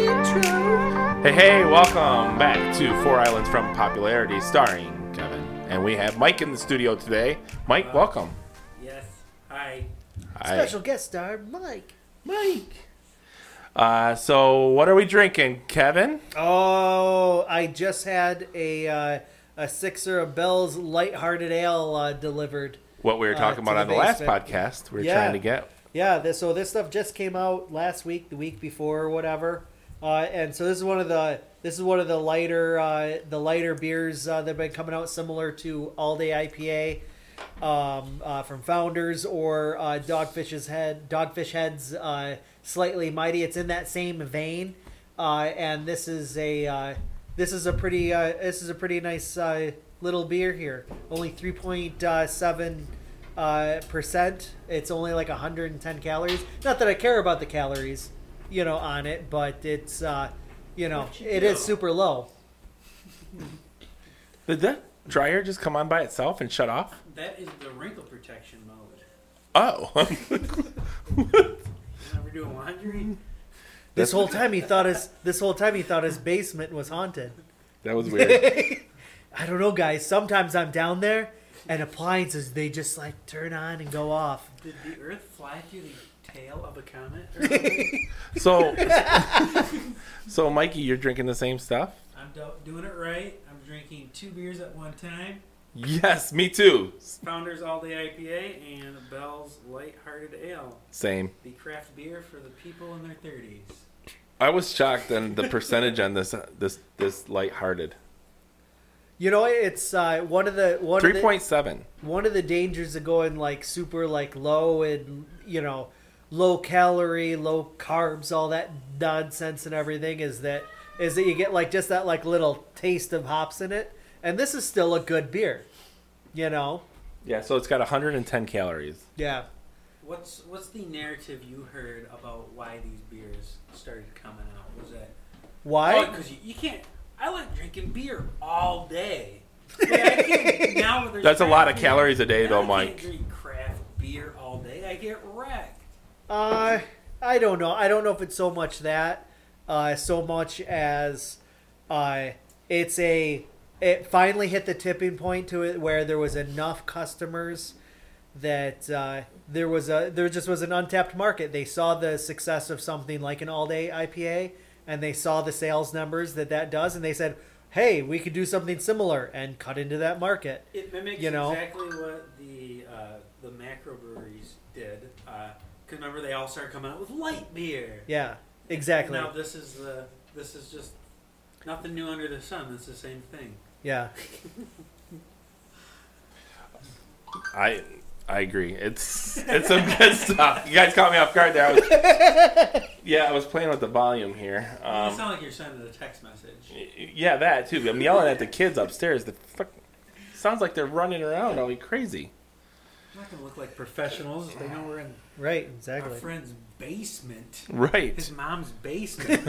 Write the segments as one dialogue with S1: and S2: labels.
S1: Hey, hey, welcome back to Four Islands from Popularity, starring Kevin. And we have Mike in the studio today. Mike, welcome.
S2: Yes. Hi.
S1: Hi.
S3: Special guest star Mike.
S1: Mike. Uh, so, what are we drinking, Kevin?
S3: Oh, I just had a uh, a sixer of Bell's lighthearted ale uh, delivered.
S1: What we were
S3: Uh,
S1: talking about
S3: to
S1: on the
S3: the
S1: last
S3: basement.
S1: podcast, we were
S3: Yeah.
S1: trying to get.
S3: Yeah, this, so this stuff just came out last week, the week before, or whatever. Uh, and so this is one of the this is one of the lighter uh, the lighter beers uh, that've been coming out, similar to All Day IPA um, uh, from Founders or uh, Dogfish's Head Dogfish Head's uh, Slightly Mighty. It's in that same vein, uh, and this is a uh, this is a pretty uh, this is a pretty nice uh, little beer here. Only three point seven uh, percent. It's only like 110 calories. Not that I care about the calories, you know, on it, but it's, uh, you know,
S2: What you
S3: it is
S2: know.
S3: super low.
S1: Did the dryer just come on by itself and shut off?
S2: That is the wrinkle protection mode.
S1: Oh.
S2: You never do laundry?
S3: This
S1: That's-
S3: whole time he thought his this whole time he thought his basement was haunted.
S1: that was weird.
S3: I don't know, guys. Sometimes I'm down there, and appliances they just like turn on and go off.
S2: Did the earth fly through the tail of a comet? or something?
S1: So, so Mikey, you're drinking the same stuff?
S2: I'm do- doing it right. I'm drinking two beers at one time.
S1: Yes, me too.
S2: Founders All Day IPA and Bell's Lighthearted Ale,
S1: Same.
S2: the craft beer for the people in their 30s.
S1: I was shocked on the percentage on this uh, this this lighthearted.
S3: You know, it's uh, one of the one of
S1: Three
S3: the-
S1: point seven.
S3: one of the dangers of going like super like low and you know low calorie low carbs all that nonsense and everything is that is that you get like just that like little taste of hops in it and this is still a good beer you know
S1: Yeah, so it's got 110 calories.
S3: yeah
S2: What's what's the narrative you heard about why these beers started coming out? Was that Oh,
S3: why
S2: 'cause you, you can't. I like drinking beer all day. Yeah, I can't- now there's
S1: That's a
S2: craft
S1: lot of
S2: beer.
S1: calories a day,
S2: Now
S1: though,
S2: I can't
S1: Mike.
S2: drink craft beer all day. I get wrecked.
S3: uh i don't know i don't know if it's so much that uh so much as uh it's a it finally hit the tipping point to it where there was enough customers that uh, there was a there just was an untapped market. They saw the success of something like an all day IPA, and they saw the sales numbers that that does, and they said, "Hey, we could do something similar and cut into that market."
S2: It mimics
S3: You know?
S2: exactly what the uh, the macro breweries did. Because remember, they all started coming out with light beer.
S3: Yeah, exactly.
S2: Now this is the this is just nothing new under the sun. It's the same thing.
S3: Yeah,
S1: I I agree. It's it's some good stuff. You guys caught me off guard there. I was, yeah, I was playing with the volume here.
S2: you
S1: Um,
S2: sound like you're sending a text message.
S1: y- yeah, that too. I'm yelling at the kids upstairs. The fuck, sounds like they're running around. I'll be crazy.
S2: I'm not gonna look like professionals. They know we're in
S3: right,
S2: our
S3: exactly.
S2: friend's basement. His
S1: Right,
S2: mom's basement.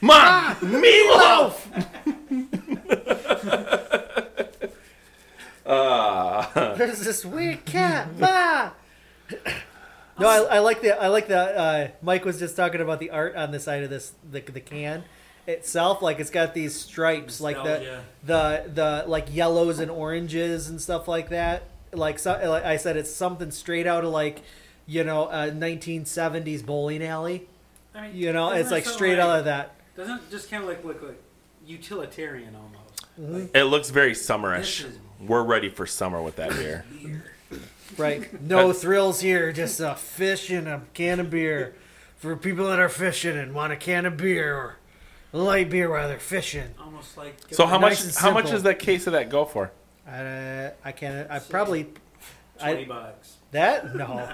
S1: Mom, meatloaf. uh,
S3: There's this weird cat. Ma! No, I, I like the I like the uh, Mike was just talking about the art on the side of this the, the can itself. Like it's got these stripes, like the
S2: Nostalgia.
S3: the the like yellows and oranges and stuff like that. Like so, like I said, it's something straight out of like you know a 1970s bowling alley.
S2: I mean,
S3: You know,
S2: doesn't
S3: it's
S2: it
S3: like
S2: sound
S3: straight out of that.
S2: Doesn't it just kind of like look like utilitarian almost?
S3: Mm-hmm.
S1: it looks very
S2: This
S1: summerish.
S2: is
S1: We're ready for summer with that beer.
S2: beer.
S3: Right. No thrills here. Just a fish and a can of beer. For people that are fishing and want a can of beer or light beer while they're fishing.
S2: Almost like.
S1: So how
S3: Nice
S1: much?
S3: and
S1: How much
S3: simple.
S1: does that case of that go for?
S3: Uh, I can't. I
S2: So-
S3: probably
S2: Twenty
S3: I-
S2: bucks.
S3: that no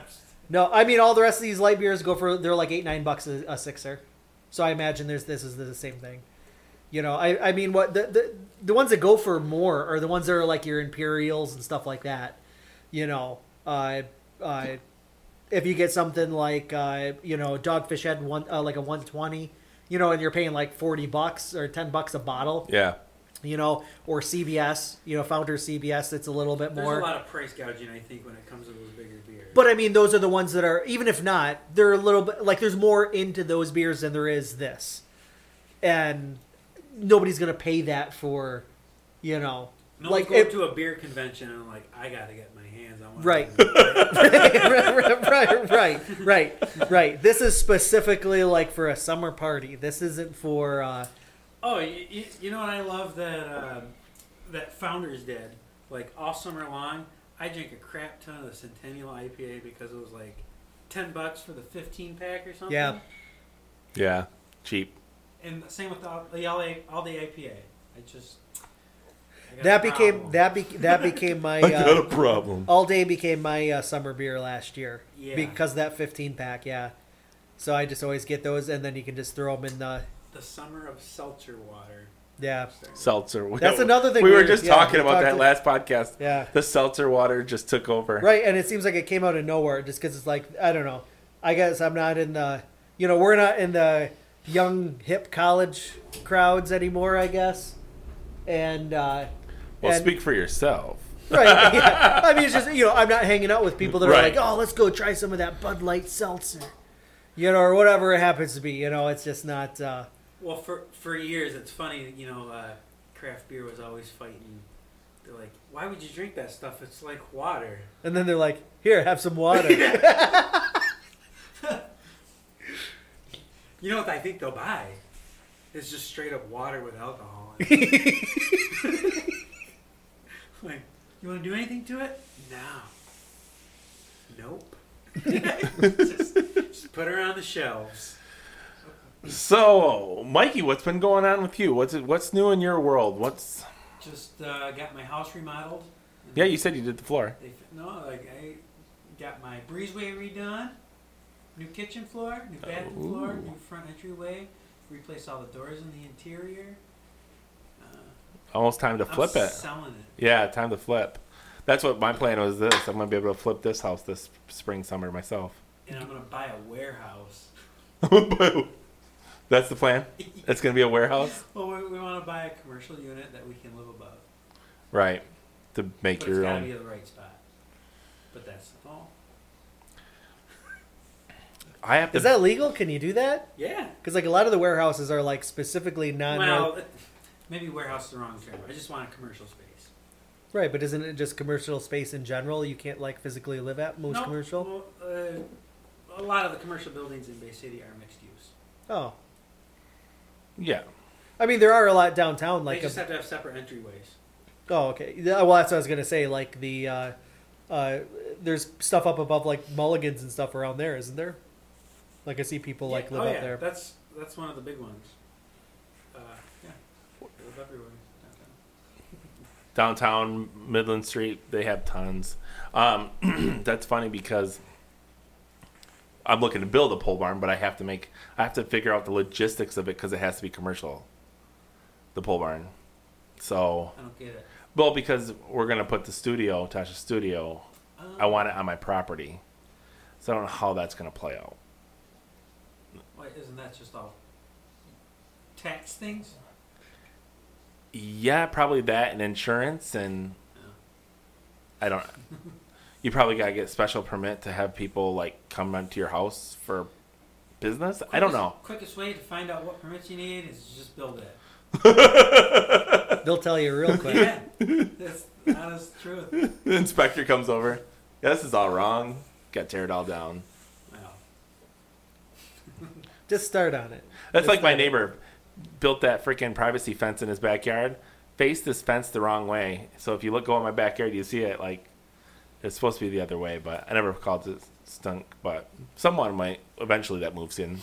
S3: no. I mean, all the rest of these light beers go for they're like eight nine bucks a, a sixer. So I imagine there's this is the same thing. You know, I I mean, what the the the ones that go for more are the ones that are like your imperials and stuff like that. You know, uh, uh, if you get something like uh, you know dogfish head one uh, like a one twenty, you know, and you're paying like forty bucks or ten bucks a bottle
S1: Yeah.
S3: you know, or CBS, you know, Founder CBS. That's a little bit
S2: There's
S3: more.
S2: a lot of price gouging, I think, when it comes to those bigger beers.
S3: But I mean, those are the ones that are even if not, they're a little bit like there's more into those beers than there is this, and nobody's gonna pay that for, you know,
S2: no
S3: like
S2: one's going
S3: it-
S2: to a beer convention and I'm like, I gotta get my hands on one. of
S3: Right.
S2: those.
S3: right, right, right, right. This is specifically like for a summer party. This isn't for. Uh,
S2: Oh, you, you, you know what I love that uh, that Founders did? Like all summer long, I drank a crap ton of the Centennial IPA because it was like ten bucks for the fifteen pack or something.
S3: Yeah.
S1: Yeah, cheap.
S2: And the same with the, all- the all, day- all the IPA. I just I got
S3: that
S2: a
S3: became
S2: problem.
S3: that be, that became my
S1: I got a
S3: uh,
S1: problem.
S3: all day became my uh, summer beer last year
S2: Yeah.
S3: because of that fifteen pack. Yeah. So I just always get those, and then you can just throw them in the
S2: the summer of seltzer water.
S3: yeah
S1: Seltzer.
S3: That's another thing
S1: We were
S3: we're-
S1: just
S3: yeah,
S1: talking
S3: we
S1: about that
S3: talked-
S1: last podcast.
S3: yeah.
S1: The seltzer water just took over.
S3: Right, and it seems like it came out of nowhere just because it's like I don't know. I guess I'm not in the you know we're not in the young hip college crowds anymore. I guess, and uh,
S1: Well,
S3: and-
S1: speak for yourself.
S3: right. yeah. I mean, it's just you know I'm not hanging out with people that are
S1: Right.
S3: like, oh, let's go try some of that Bud Light seltzer, you know, or whatever it happens to be. You know, it's just not. Uh,
S2: Well, for for years, it's funny. You know, uh, craft beer was always fighting. They're like, why would you drink that stuff? It's like water.
S3: and then they're like, here, have some water.
S2: You know what I think they'll buy? It's just straight up water with alcohol. In it. like, you want to do anything to it? No. Nope. just, just put her on the shelves.
S1: So, Mikey, what's been going on with you? What's what's new in your world? What's
S2: Just uh, got my house remodeled.
S1: yeah? You said you did the floor.
S2: They, f- no, like I got my breezeway redone, new kitchen floor, new bathroom floor,
S1: Oh, Ooh.
S2: new front entryway, replaced all the doors in the interior. Uh,
S1: Almost time to flip
S2: I'm
S1: it.
S2: selling it.
S1: Yeah, time to flip. That's what my plan was. This I'm gonna be able to flip this house this spring summer myself.
S2: And I'm gonna buy a warehouse.
S1: That's the plan. It's gonna be a warehouse,
S2: Well, we, we want to buy a commercial unit that we can live above,
S1: right? To make
S2: but it's
S1: your
S2: gotta
S1: own.
S2: be the right spot. But that's the goal.
S1: I have to.
S3: Is that legal? Can you do that?
S2: Yeah.
S3: Because like a lot of the warehouses are like specifically non
S2: well, maybe warehouse is the wrong term. I just want a commercial space.
S3: Right, but isn't it just commercial space in general? You can't like physically live at most
S2: No,
S3: commercial.
S2: well, uh, a lot of the commercial buildings in Bay City are mixed use.
S3: Oh,
S1: yeah.
S3: I mean there are a lot downtown. Like,
S2: they just
S3: a,
S2: have to have separate entryways.
S3: oh, okay. Yeah, Well, that's what I was gonna say. Like the uh, uh, there's stuff up above like Mulligans and stuff around there, isn't there? Like I see people like
S2: Yeah,
S3: live
S2: oh,
S3: up
S2: yeah,
S3: there.
S2: That's that's one of the big ones. Uh, yeah, they live everywhere. downtown.
S1: downtown Midland Street. They have tons. Um, that's funny because I'm looking to build a pole barn, but I have to make I have to figure out the logistics of it because it has to be commercial. The pole barn. So,
S2: I don't get it.
S1: well, because we're gonna put the studio, Tasha's studio.
S2: Um,
S1: I want it on my property, so I don't know how that's gonna play out.
S2: Um, Why isn't that just all tax things?
S1: Yeah, probably that and insurance and
S2: Yeah.
S1: I don't. you probably gotta get special permit to have people like come onto your house for business. I don't know.
S2: Quickest way to find out what permits you need is just build it.
S3: They'll tell you real quick.
S2: Yeah, that's the honest truth.
S1: The inspector comes over. Yeah, this is all wrong. Got tear it all down.
S2: Well,
S3: just start on it.
S1: That's
S3: It's
S1: like my
S3: not-
S1: neighbor built that freaking privacy fence in his backyard. Faced this fence the wrong way. So if you look go in my backyard, you see it like it's supposed to be the other way, but I never called it stunk. But someone might eventually that moves in.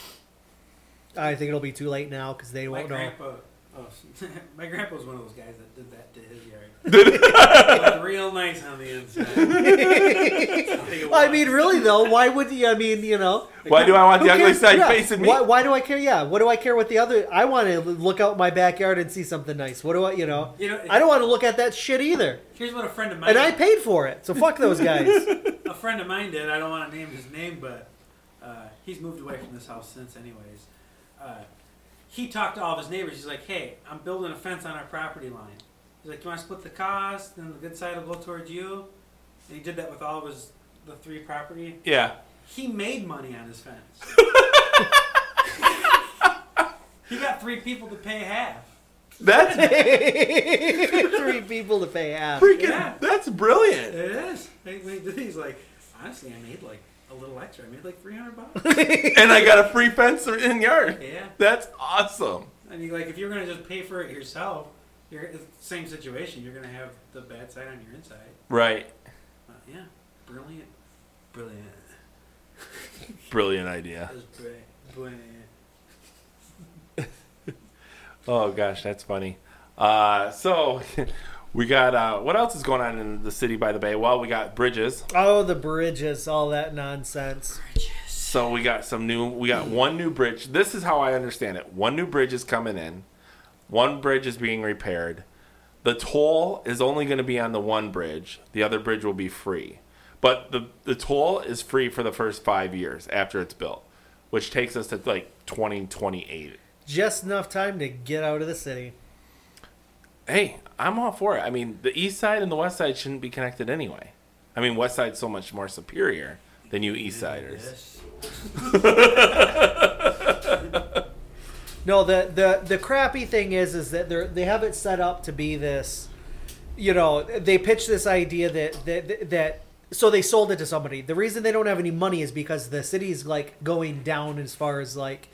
S3: I think it'll be too late now because they
S2: my
S3: won't know.
S2: grandpa, oh, my grandpa was one of those guys that did that to his yard. Looked real nice on the inside. I think it
S3: Well, I
S2: was.
S3: mean, really though, why would you? I mean, you know.
S1: Why do I want
S3: Who
S1: the ugly
S3: cares?
S1: side
S3: Yeah.
S1: facing me?
S3: Why, why do I care? Yeah. What do I care what the other? I want to look out my backyard and see something nice. What do I? You know.
S2: You know,
S3: I don't want to look at that shit either.
S2: Here's what a friend of mine.
S3: And I paid for it, so fuck those guys.
S2: a friend of mine did. I don't want to name his name, but uh, he's moved away from this house since, anyways. Uh, he talked to all of his neighbors. He's like, "Hey, I'm building a fence on our property line." He's like, "You want to split the cost? Then the good side will go towards you." And he did that with all of his the three property.
S1: Yeah.
S2: He made money on his fence. he got three people to pay half.
S1: That's
S3: Three people to pay half.
S1: freaking.
S2: Yeah.
S1: That's brilliant.
S2: It is. They- they did- He's like, honestly, I made like a little extra. I made like three hundred bucks.
S1: And I got a free fence in yard.
S2: yeah.
S1: That's awesome.
S2: I mean, like if you're gonna just pay for it yourself, you're it's the same situation. You're gonna have the bad side on your inside.
S1: Right.
S2: Uh, yeah, brilliant, brilliant.
S1: Brilliant idea.
S2: That was brilliant. brilliant.
S1: Oh gosh, that's funny. Uh, so we got uh, what else is going on in the city by the bay? Well, we got bridges.
S3: Oh, the bridges, all that nonsense.
S1: So we got some new. We got one new bridge. This is how I understand it. One new bridge is coming in. One bridge is being repaired. The toll is only going to be on the one bridge. The other bridge will be free. But the the toll is free for the first five years after it's built, which takes us to like twenty twenty eight.
S3: Just enough time to get out of the city.
S1: Hey, I'm all for it. I mean, the east side and the west side shouldn't be connected anyway. I mean, west side's so much more superior than you east siders.
S2: Yes.
S3: No, the the the crappy thing is is that they they have it set up to be this. You know, they pitch this idea that that that so they sold it to somebody. The reason they don't have any money is because the city's like going down as far as like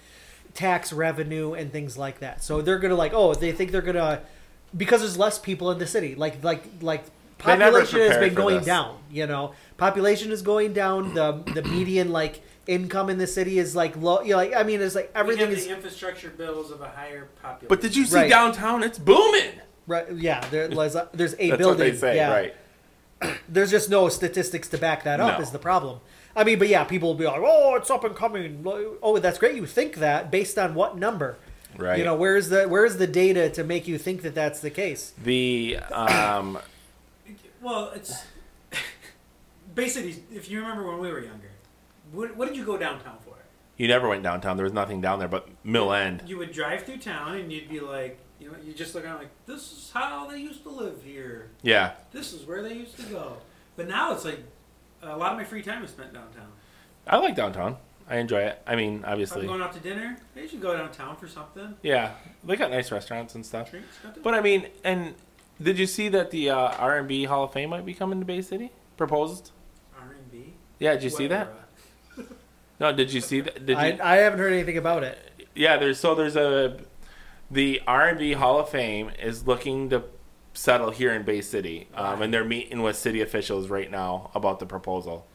S3: tax revenue and things like that. So they're gonna like oh they think they're gonna because there's less people in the city. Like like like
S1: They never
S3: population has
S1: prepared
S3: been
S1: for
S3: going
S1: this.
S3: down. You know, population is going down. The the median like income in the city is like low. You know, like I mean, it's like everything
S2: we have
S3: is
S2: the infrastructure bills of a higher population.
S1: But did you see
S3: Right.
S1: downtown? It's booming.
S3: Right. Yeah. There, there's a, there's a
S1: That's
S3: building.
S1: what they say,
S3: yeah.
S1: right?
S3: There's just no statistics to back that up.
S1: No.
S3: Is the problem? I mean, but yeah, people will be like, "Oh, it's up and coming." Oh, that's great. You think that based on what number?
S1: Right.
S3: You know, where's the where's the data to make you think that that's the case?
S1: The um,
S2: well, it's basically if you remember when we were younger, what, what did you go downtown for?
S1: you never went downtown. There was nothing down there but Mill End.
S2: You would drive through town and you'd be like, you know, you just look around like, this is how they used to live here.
S1: Yeah,
S2: This is where they used to go. But now it's like a lot of my free time is spent downtown.
S1: I like downtown. I enjoy it. I mean,
S2: If I'm
S1: obviously,
S2: going out to dinner, they should go downtown for something.
S1: yeah, they got nice restaurants and stuff.
S2: Drinks, nothing.
S1: But I mean, and did you see that the uh, R and B Hall of Fame might be coming to Bay City? Proposed?
S2: R&B.
S1: Yeah, did you see that?
S2: Whatever.
S1: No, did you see that? Did
S3: I,
S1: you?
S3: I haven't heard anything about it.
S1: yeah, there's so there's a the R and B Hall of Fame is looking to settle here in Bay City, um, and they're meeting with city officials right now about the proposal.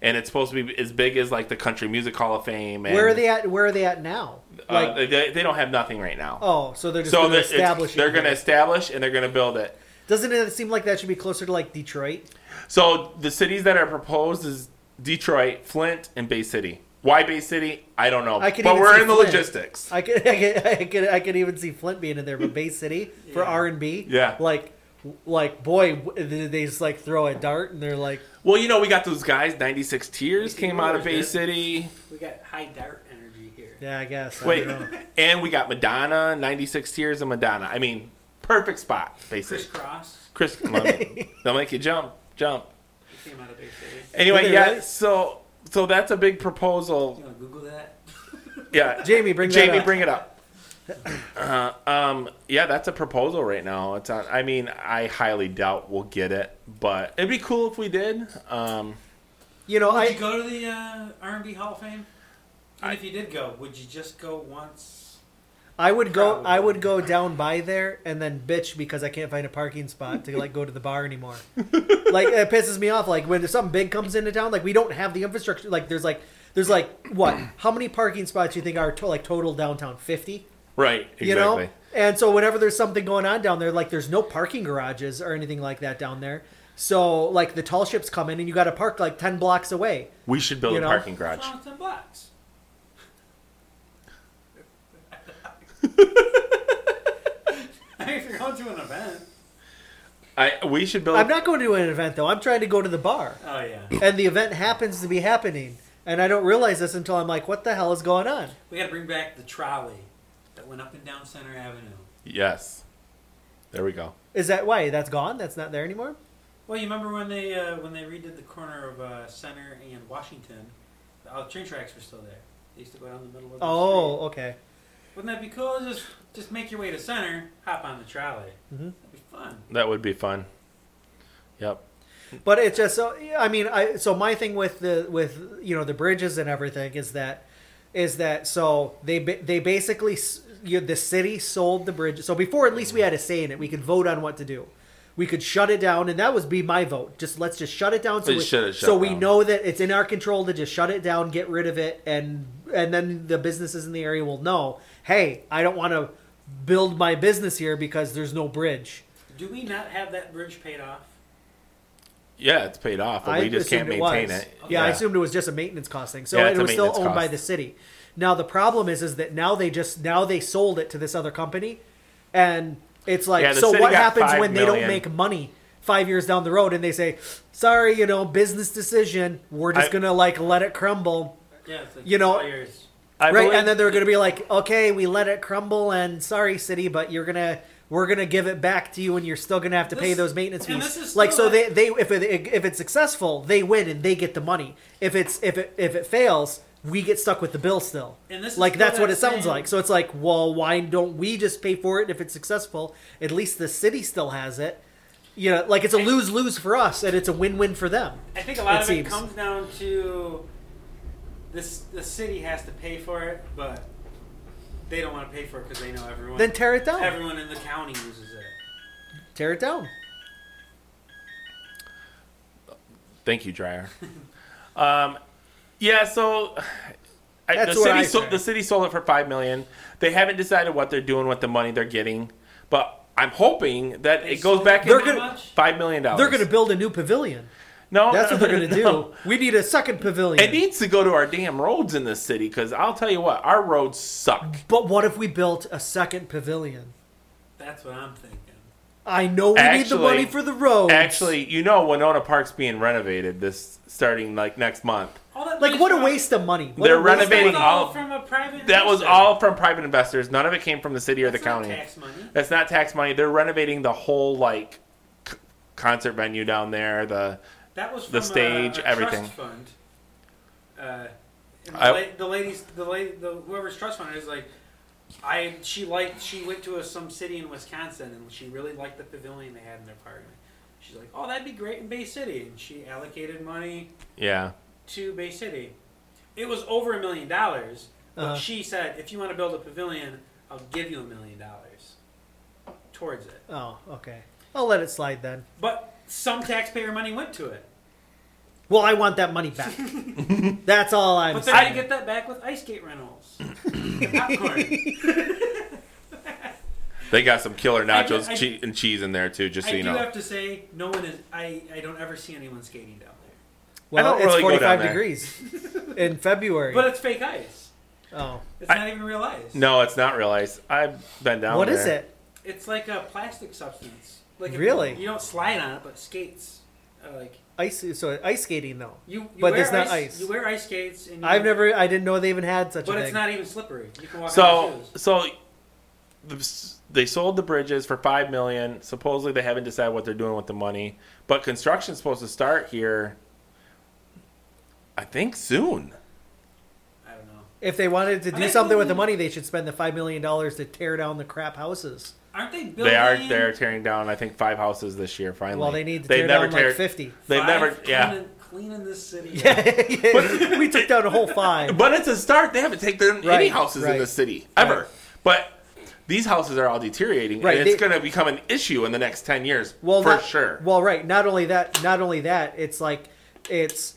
S1: And it's supposed to be as big as like the Country Music Hall of Fame. And,
S3: Where are they at? Where are they at now?
S1: Uh,
S3: Like,
S1: they, they don't have nothing right now.
S3: oh, so they're just
S1: so
S3: gonna
S1: they're,
S3: establish.
S1: it's- they're
S3: it
S1: going to
S3: here.
S1: establish and they're going to build it.
S3: Doesn't it seem like that should be closer to like Detroit?
S1: So the cities that are proposed is Detroit, Flint, and Bay City. Why Bay City? I don't know.
S3: I can
S1: but
S3: even
S1: we're
S3: see
S1: in the
S3: Flint.
S1: logistics.
S3: I could, I could, I could, I could even see Flint being in there, but Bay City for
S2: Yeah.
S3: R and B,
S1: Yeah.
S3: like, like boy, w- they just like throw a dart and they're like,
S1: Well, you know, we got those guys. 96 Tears came out of Bay
S2: Yeah.
S1: City.
S2: We got high dart energy here.
S3: yeah, I guess. I
S1: Wait,
S3: don't know.
S1: and we got Madonna, 96 Tears and Madonna. I mean, perfect spot, basically.
S2: Crisscross.
S1: Chris, they'll make you jump, jump.
S2: It came out of Bay City.
S1: Anyway,
S3: Really,
S1: yeah,
S3: really?
S1: so so that's a big proposal.
S2: You want to Google that?
S1: Yeah.
S3: Jamie, bring that
S1: Jamie,
S3: up.
S1: bring it up. Uh, um, yeah, that's a proposal right now. It's on. I mean, I highly doubt we'll get it, but it'd be cool if we did. Um,
S3: you know,
S2: Would
S3: I
S2: you go to the uh, R&B Hall of Fame? And
S1: I-
S2: if you did go, would you just go once?
S3: I would go, I
S2: Probably.
S3: would go down by there and then bitch because I can't find a parking spot to like go to the bar anymore. like it pisses me off. Like when there's something big comes into town, like we don't have the infrastructure. Like there's like, there's like what? How many parking spots you think are to- like total downtown? Fifty.
S1: right. Exactly.
S3: you know and so whenever there's something going on down there like there's no parking garages or anything like that down there so like the tall ships come in and you got to park like 10 blocks away
S1: we should build
S3: You
S1: a
S3: know?
S1: parking garage.
S2: Found some blocks. I mean, if you're going to an event.
S1: I we should build.
S3: i'm not going to an event though i'm trying to go to the bar
S2: Oh, yeah.
S3: and the event happens to be happening and i don't realize this until i'm like what the hell is going on
S2: We got to bring back the trolley. that went up and down Center Avenue.
S1: Yes. There we go.
S3: Is that why that's gone? That's not there anymore.
S2: Well, you remember when they uh, when they redid the corner of uh, Center and Washington? All the train tracks were still there. They used to go down the middle of the
S3: Oh, okay.
S2: street. Wouldn't that be cool? Just just make your way to Center, hop on the trolley.
S3: Mhm.
S2: That'd be fun.
S1: That would be fun. Yep.
S3: But it's just so I mean I so my thing with the with you know the bridges and everything is that is that so they ba- they basically s- you the city sold the bridge. So before at least we had a say in it. We could vote on what to do. We could shut it down, and that would be my vote. Just let's just shut it down. So
S1: They
S3: we,
S1: should have shut
S3: so we
S1: down.
S3: know that it's in our control to just shut it down, get rid of it, and and then the businesses in the area will know. Hey, I don't want to build my business here because there's no bridge.
S2: Do we not have that bridge paid off?
S1: Yeah, it's paid off, but we just can't
S3: assumed
S1: maintain
S3: was.
S1: it.
S3: Yeah, I assumed it was just a maintenance cost thing. So
S1: Yeah,
S3: it
S1: it's a
S3: was still owned
S1: maintenance
S3: by
S1: cost.
S3: the city. Now the problem is, is that now they just now they sold it to this other company, and it's like,
S1: Yeah, the
S3: so
S1: city
S3: what
S1: got
S3: happens
S1: five
S3: when they don't
S1: million.
S3: make money five years down the road, and they say, sorry, you know, business decision, we're just
S1: I-
S3: gonna like let it crumble,
S2: Yeah, it's like
S3: You know-
S2: all yours.
S1: I
S3: right?
S1: believe-
S3: And then they're gonna be like, okay, we let it crumble, and sorry, city, but you're gonna. We're gonna give it back to you, and you're still gonna have to pay
S2: This-
S3: those maintenance
S2: and
S3: fees.
S2: this is
S3: like so,
S2: still
S3: they they if it, if it's successful, they win and they get the money. If it's if it if it fails, we get stuck with the bill still.
S2: And this is
S3: like
S2: still
S3: that's what
S2: that
S3: it sounds
S2: same-
S3: like. So it's like, well, why don't we just pay for it? If it's successful, at least the city still has it. You know, like it's a lose lose for us, and it's a win win for them.
S2: I think a lot
S3: It
S2: of
S3: seems.
S2: it comes down to this: the city has to pay for it, but they don't want to pay for it because they know everyone.
S3: Then tear it down.
S2: everyone in the county uses it.
S3: Tear it down.
S1: Thank you, Dryer. um, yeah, so I, the
S3: That's what I
S1: city so,
S3: say.
S1: the city sold it for five million. They haven't decided what they're doing with the money they're getting, but I'm hoping that
S2: They
S1: it goes
S2: sold
S1: back.
S2: it
S1: in
S3: for They're gonna-
S2: how much?
S1: five million dollars.
S3: They're gonna build a new pavilion.
S1: no,
S3: That's what they're gonna do.
S1: no.
S3: We need a second pavilion.
S1: It needs to go to our damn roads in this city because I'll tell you what, our roads suck.
S3: but what if we built a second pavilion?
S2: That's what I'm thinking.
S3: I know we need the
S1: Actually-
S3: money for the roads.
S1: Actually, you know, Winona Park's being renovated this starting like next month.
S2: All that
S3: like
S2: waste
S3: what a
S2: money-
S3: waste of money. What
S1: They're
S3: a waste of money.
S1: renovating
S2: That's all
S1: all-
S2: from a private.
S1: That was
S2: investor.
S1: all from private investors. None of it came from the city or the
S2: That's not
S1: county.
S2: tax money.
S1: That's not tax money. They're renovating the whole like c- concert venue down there. The
S2: That was from
S1: The
S2: a-
S1: stage,
S2: a
S1: everything.
S2: Trust fund. Uh, and the,
S1: I-
S2: la- the ladies, the lady, the whoever's trust fund is like, I she liked she went to a, some city in Wisconsin and she really liked the pavilion they had in their park. She's like, oh, that'd be great in Bay City, and she allocated money
S1: yeah,
S2: to Bay City. It was over a million dollars, but
S3: Uh-huh.
S2: she said, if you want to build a pavilion, I'll give you a million dollars towards it.
S3: Oh, okay. I'll let it slide then.
S2: But some taxpayer money went to it.
S3: Well, I want that money back. That's all I'm
S2: But they're
S3: saying.
S2: gonna get that back with ice skate rentals. And popcorn.
S1: they got some killer
S2: I do-
S1: nachos
S2: I-
S1: chee- and cheese in there too. Just
S2: I
S1: so
S2: do
S1: you know,
S2: have to say, no one is. I, I don't ever see anyone skating down there.
S3: well,
S1: I don't
S3: it's
S1: really go
S3: 45
S1: down there.
S3: degrees in February.
S2: But it's fake ice.
S3: oh,
S2: It's
S1: I-
S2: not even real ice.
S1: no, it's not real ice. I've been down.
S3: what
S1: there.
S3: is it?
S2: It's like a plastic substance. Like if
S3: Really?
S2: You, you don't slide on it, but skates. Are like
S3: Ice. So ice skating though.
S2: you. you
S3: But
S2: wear
S3: it's not ice.
S2: You wear ice skates, and you,
S3: I've never. I didn't know they even had such
S2: But
S3: a thing.
S2: it's not even slippery. You can walk on
S1: So
S2: your shoes.
S1: so the, s- they sold the bridges for five million. Supposedly they haven't decided what they're doing with the money, but construction's supposed to start here. I think soon.
S2: I don't know.
S3: if they wanted to
S2: I
S3: do
S2: mean-
S3: something with the money, they should spend the five million dollars to tear down the crap houses.
S2: Aren't they building?
S1: They are they're tearing down I think five houses this year finally.
S3: Well, they need to
S1: They've
S3: tear
S1: never
S3: down
S1: tear-
S3: like fifty.
S1: They've
S2: five
S1: never yeah.
S2: Cleaning, cleaning this city. up.
S3: Yeah, yeah. we took down a whole five.
S1: But it's a start. They haven't taken any
S3: Right,
S1: houses
S3: right,
S1: in the city ever.
S3: right.
S1: But these houses are all deteriorating,
S3: Right,
S1: and it's
S3: they-
S1: going to become an issue in the next ten years
S3: well
S1: for
S3: not-
S1: sure.
S3: well right not only that not only that it's like it's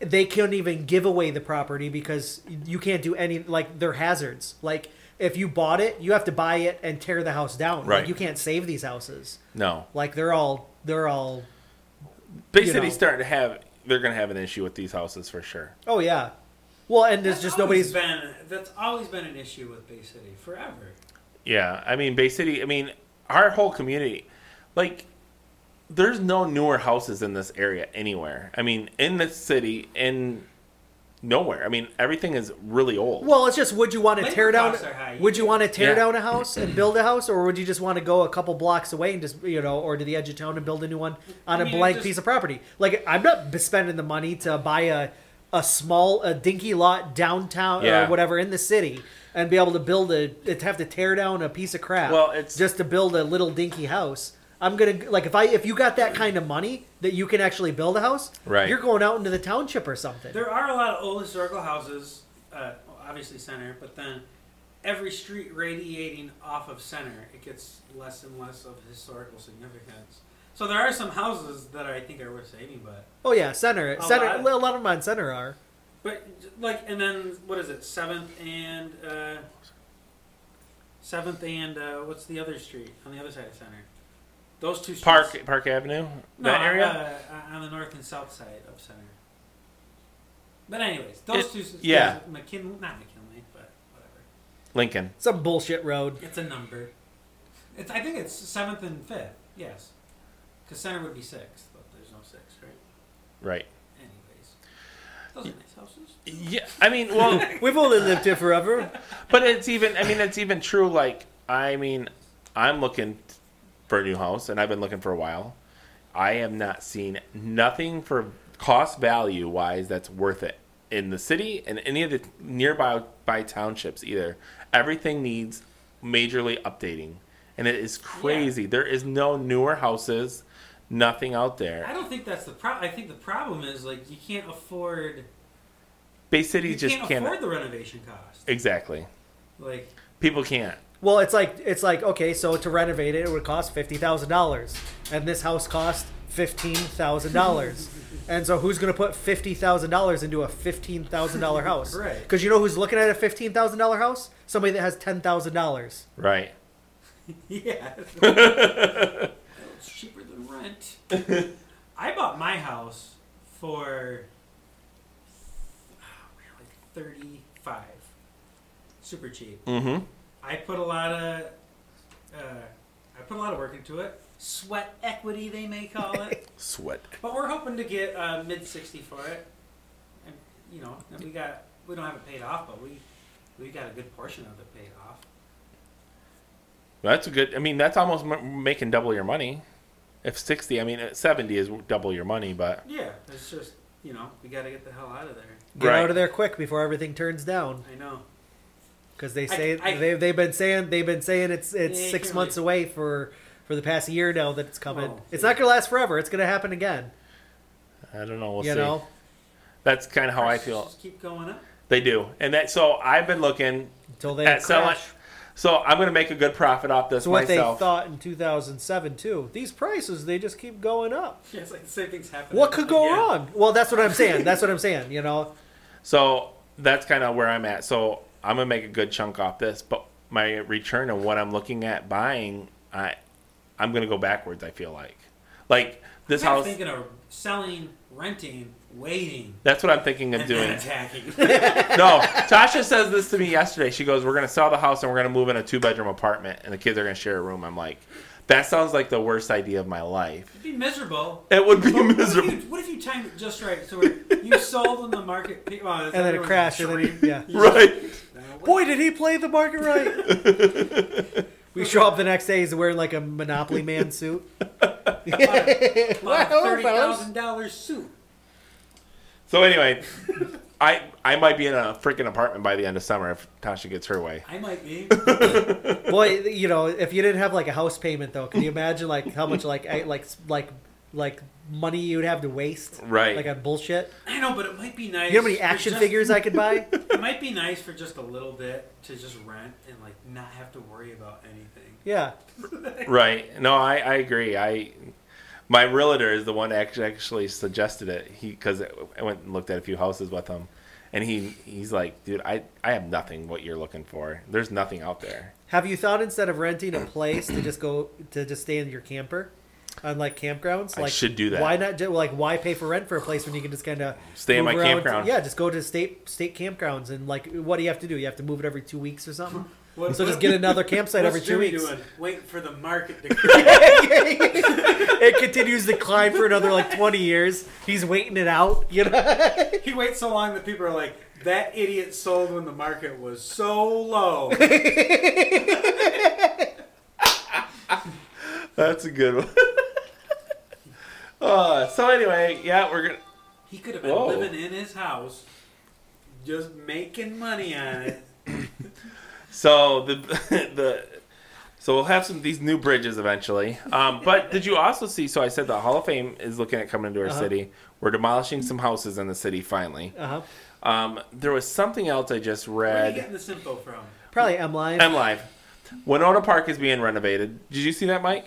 S3: they can't even give away the property because you can't do any like they're hazards like if you bought it you have to buy it and tear the house down Like,
S1: Right.
S3: you can't save these houses
S1: no,
S3: like they're all they're all
S1: big
S3: you
S1: city's
S3: know.
S1: starting to have. They're going to have an issue with these houses for sure.
S3: oh yeah well and there's
S2: That's
S3: just
S2: always
S3: nobody's
S2: been. That's always been an issue with Bay City forever.
S1: Yeah, I mean Bay City. I mean our whole community, like. There's no newer houses in this area anywhere. I mean, in the city, in nowhere. I mean, everything is really old.
S3: Well, it's just would you want to
S2: Labor
S3: tear down?
S2: costs are high.
S3: Would you want to tear
S1: Yeah.
S3: down a house and build a house, or would you just want to go a couple blocks away and just you know, or to the edge of town and build a new one on
S2: I
S3: a
S2: mean, it
S3: blank
S2: just-
S3: piece of property? Like I'm not b- spending the money to buy a a small a dinky lot downtown
S1: Yeah.
S3: or whatever in the city and be able to build a to have to tear down a piece of crap.
S1: Well, it's-
S3: just to build a little dinky house. I'm gonna like if I if you got that kind of money that you can actually build a house,
S1: Right.
S3: You're going out into the township or something.
S2: There are a lot of old historical houses, uh, obviously center, but then every street radiating off of center, it gets less and less of historical significance. So there are some houses that I think are worth saving, but
S3: Oh yeah, center,
S2: A
S3: center.
S2: lot.
S3: well, A lot of them on center are.
S2: but like and then what is it? Seventh and uh, seventh and uh, what's the other street on the other side of center? Those two streets.
S1: Park Park Avenue,
S2: No,
S1: that area.
S2: uh, on the north and south side of center. But anyways, those
S1: It-
S2: two.
S1: yeah.
S2: McKinley, not McKinley, but whatever.
S1: Lincoln.
S3: Some bullshit road.
S2: It's a number. It's I think it's seventh and fifth. Yes, because center would be sixth, but there's no six, right?
S1: Right.
S2: Anyways, those are nice houses.
S1: Yeah. I mean, well,
S3: We've only lived here forever.
S1: but it's even. I mean, it's even true. Like, I mean, I'm looking for a new house, and I've been looking for a while. I have not seen nothing for cost value wise that's worth it in the city and any of the nearby by townships either. Everything needs majorly updating, and it is crazy. There is no newer houses, nothing out
S2: I
S1: there.
S2: don't think that's the problem. I think the problem is like you can't afford.
S1: Bay City
S2: You,
S1: just
S2: can't,
S1: can't
S2: afford the renovation cost.
S1: exactly.
S2: Like
S1: People can't.
S3: Well, it's like it's like okay, so to renovate it, it would cost fifty thousand dollars, and this house cost fifteen thousand dollars. And so, who's going to put fifty thousand dollars into a fifteen thousand dollar house?
S2: Right.
S3: Because you know who's looking at a fifteen thousand dollar house? Somebody that has ten thousand dollars.
S1: Right.
S2: yeah, it's cheaper than rent. I bought my house for oh, like thirty-five, super cheap.
S1: Mm-hmm.
S2: I put a lot of uh, I put a lot of work into it. Sweat equity, they may call it.
S1: Sweat.
S2: but we're hoping to get uh, mid sixty for it. And you know, and we got we don't have it paid off, but we we got a good portion of it paid off.
S1: That's a good. I mean, that's almost m- making double your money. If sixty, I mean, uh, seventy is double your money, but
S2: Yeah, it's just you know we got to get the hell out of there.
S3: Get
S1: Right.
S3: out of there quick before everything turns down.
S2: I know.
S3: Because they
S2: I-
S3: say
S2: I-
S3: they they've been saying they've been saying it's it's
S2: Yeah, you
S3: six
S2: can't
S3: months away for for the past year now that it's coming.
S2: Oh,
S3: it's
S2: yeah.
S3: not going to last forever. It's going to happen again.
S1: I don't know. We'll
S3: you
S1: see.
S3: know.
S1: That's kind of how I
S2: Prices
S1: feel.
S2: Just keep going up.
S1: They do, and that. So I've been looking
S3: until they crash.
S1: at selling. So I'm going to make a good profit off this
S3: That's what
S1: myself.
S3: they thought in 2007 too. These prices they just keep going up.
S2: Yeah, it's like the same things happen.
S3: What could go
S2: again.
S3: wrong? Well, that's what I'm saying. That's what I'm saying. You know,
S1: So that's kind of where I'm at. So I'm gonna make a good chunk off this, but my return on what I'm looking at buying, I, I'm gonna go backwards. I feel like, like this
S2: I'm
S1: house.
S2: thinking of selling, renting, waiting,
S1: That's what I'm thinking of
S2: and then
S1: doing.
S2: attacking.
S1: no, Tasha says this to me yesterday. She goes, "We're gonna sell the house and we're gonna move in a two bedroom apartment, and the kids are gonna share a room." I'm like, "That sounds like the worst idea of my life.
S2: It'd be miserable.
S1: It would be
S2: What if,
S1: miserable."
S2: you, what if you timed it just right? So where you sold when the market, pe- oh, well,
S3: and then it crashed. And then yeah.
S1: Right?
S3: Boy, did he play the market right. we show up the next day. He's wearing like a Monopoly man suit. Wow, fellas.
S2: thirty thousand dollars suit.
S1: So anyway, I I might be in a freaking apartment by the end of summer if Tasha gets her way.
S2: I might be.
S3: Boy, you know, if you didn't have like a house payment though, can you imagine like how much like I, like like like money you'd have to waste?
S1: Right.
S3: Like on bullshit.
S2: I know, but it might be nice.
S3: You know how many
S2: for
S3: action
S2: just-
S3: figures I could buy?
S2: It might be nice for just a little bit to just rent and like not have to worry about anything.
S3: Yeah.
S1: Right? No, I I agree. I my realtor is the one that actually actually suggested it. He because I went and looked at a few houses with him. And he, he's like, dude, I, I have nothing what you're looking for. There's nothing out there.
S3: Have you thought instead of renting a place to just go to just stay in your camper on like campgrounds?
S1: I
S3: Like
S1: should do that.
S3: Why not? Ju- like why pay for rent for a place when you can just kind of
S1: Stay in my campground.
S3: yeah, just go to state state campgrounds and like what do you have to do? You have to move it every two weeks or something.
S2: What,
S3: So just
S2: what-
S3: get another campsite
S2: what's
S3: every two
S2: Jimmy
S3: weeks.
S2: Doing? Waiting for the market to crash.
S3: it continues to climb for another like 20 years. He's waiting it out, you know.
S2: he waits so long that people are like, that idiot sold when the market was so low.
S1: That's a good one. uh, so anyway, yeah, we're gonna.
S2: He could have been
S1: Whoa.
S2: living in his house, just making money on it.
S1: So the the so we'll have some these new bridges eventually. Um, but did you also see? So I said the Hall of Fame is looking at coming into our
S3: Uh-huh.
S1: city. We're demolishing some houses in the city finally.
S3: Uh-huh.
S1: Um, there was something else I just
S2: Where are you
S1: read.
S2: getting this info from?
S3: Probably M Live.
S1: I'm live. Winona Park is being renovated. Did you see that, Mike?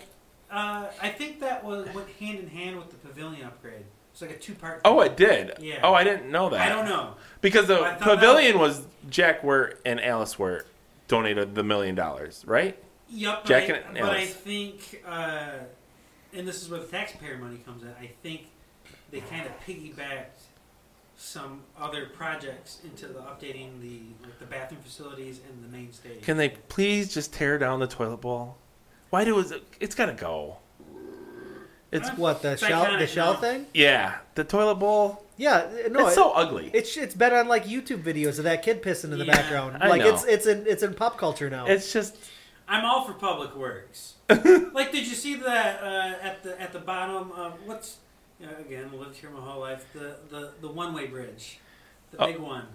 S2: Uh, I think that was went hand in hand with the pavilion upgrade. It's like a two part.
S1: Oh, it did.
S2: Yeah.
S1: Oh, I didn't know that.
S2: I don't know.
S1: Because the
S2: I thought
S1: pavilion was Jack Wirt and Alice Wirt donated the million dollars, right?
S2: Yep.
S1: Jack
S2: but I,
S1: and
S2: but I
S1: Alice.
S2: think, uh, and this is where the taxpayer money comes in. I think they kind of piggybacked some other projects into the updating the like the bathroom facilities and the main stage.
S1: Can they please just tear down the toilet bowl? Why do it? It's gotta go. It's
S3: What the
S2: It's
S3: shell?
S2: iconic
S3: The shell
S2: now.
S3: thing?
S1: yeah, the toilet bowl.
S3: Yeah. No.
S1: it's
S3: it-
S1: so ugly.
S3: it's it's been on like YouTube videos of that kid pissing in the
S2: Yeah,
S3: background.
S1: I
S3: Like
S1: know.
S3: it's it's in it's in pop culture now.
S1: it's just
S2: I'm all for public works. like, did you see that uh, at the at the bottom of what's you know, again lived here my whole life the the, the one way bridge, the
S1: Oh.
S2: big one.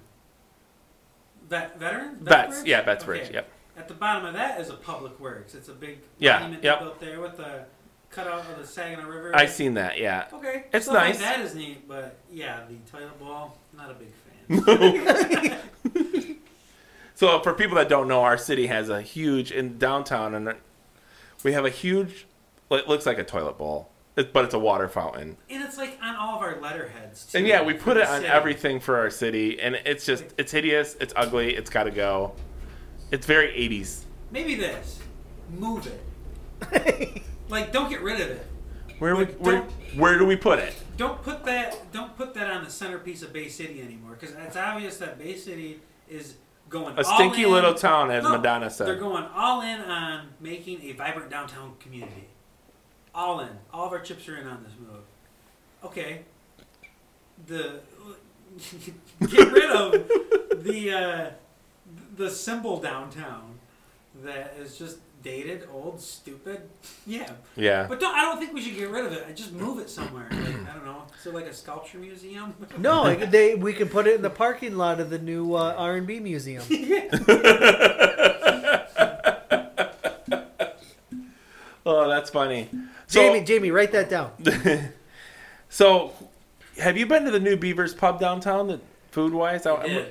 S2: Vet veterans. Vet
S1: Betts.
S2: bridge?
S1: Yeah, Betts
S2: Okay.
S1: Bridge. Yep.
S2: At the bottom of that is a public works. It's a big
S1: Yeah,
S2: monument
S1: yep.
S2: built there with the cutout of the Saginaw River.
S1: I seen that. Yeah.
S2: Okay,
S1: It's
S2: stuff like
S1: nice.
S2: that is neat, but yeah, the toilet bowl. Not a big fan.
S1: So for people that don't know, our city has a huge in downtown, and we have a huge. It looks like a toilet bowl, it- but it's a water fountain.
S2: and it's like on all of our letterheads. Too,
S1: And yeah, we
S2: for
S1: put
S2: the
S1: it on
S2: city.
S1: everything for our city, and it's just it's hideous. It's ugly. It's gotta go. It's very 80s.
S2: Maybe this. Move it. Like, don't get rid of it.
S1: Where we
S2: Like,
S1: where, where do we put it?
S2: Don't put that. Don't put that on the centerpiece of Bay City anymore, because it's obvious that Bay City is going
S1: A
S2: all
S1: stinky
S2: in-
S1: little town, as
S2: Oh, No,
S1: Madonna said.
S2: They're going all in on making a vibrant downtown community. All in. All of our chips are in on this move. Okay. The get rid of the uh, the symbol downtown that is just dated, old, stupid. Yeah.
S1: yeah.
S2: But don't, I don't think we should get rid of it. I just move it somewhere. Like, I don't know. Is there like a sculpture museum?
S3: no, like, they we can put it in the parking lot of the new uh, R and B museum.
S1: Oh, that's funny. So,
S3: Jamie, Jamie, write that down.
S1: so have you been to the new Beavers pub downtown? The food wise, I,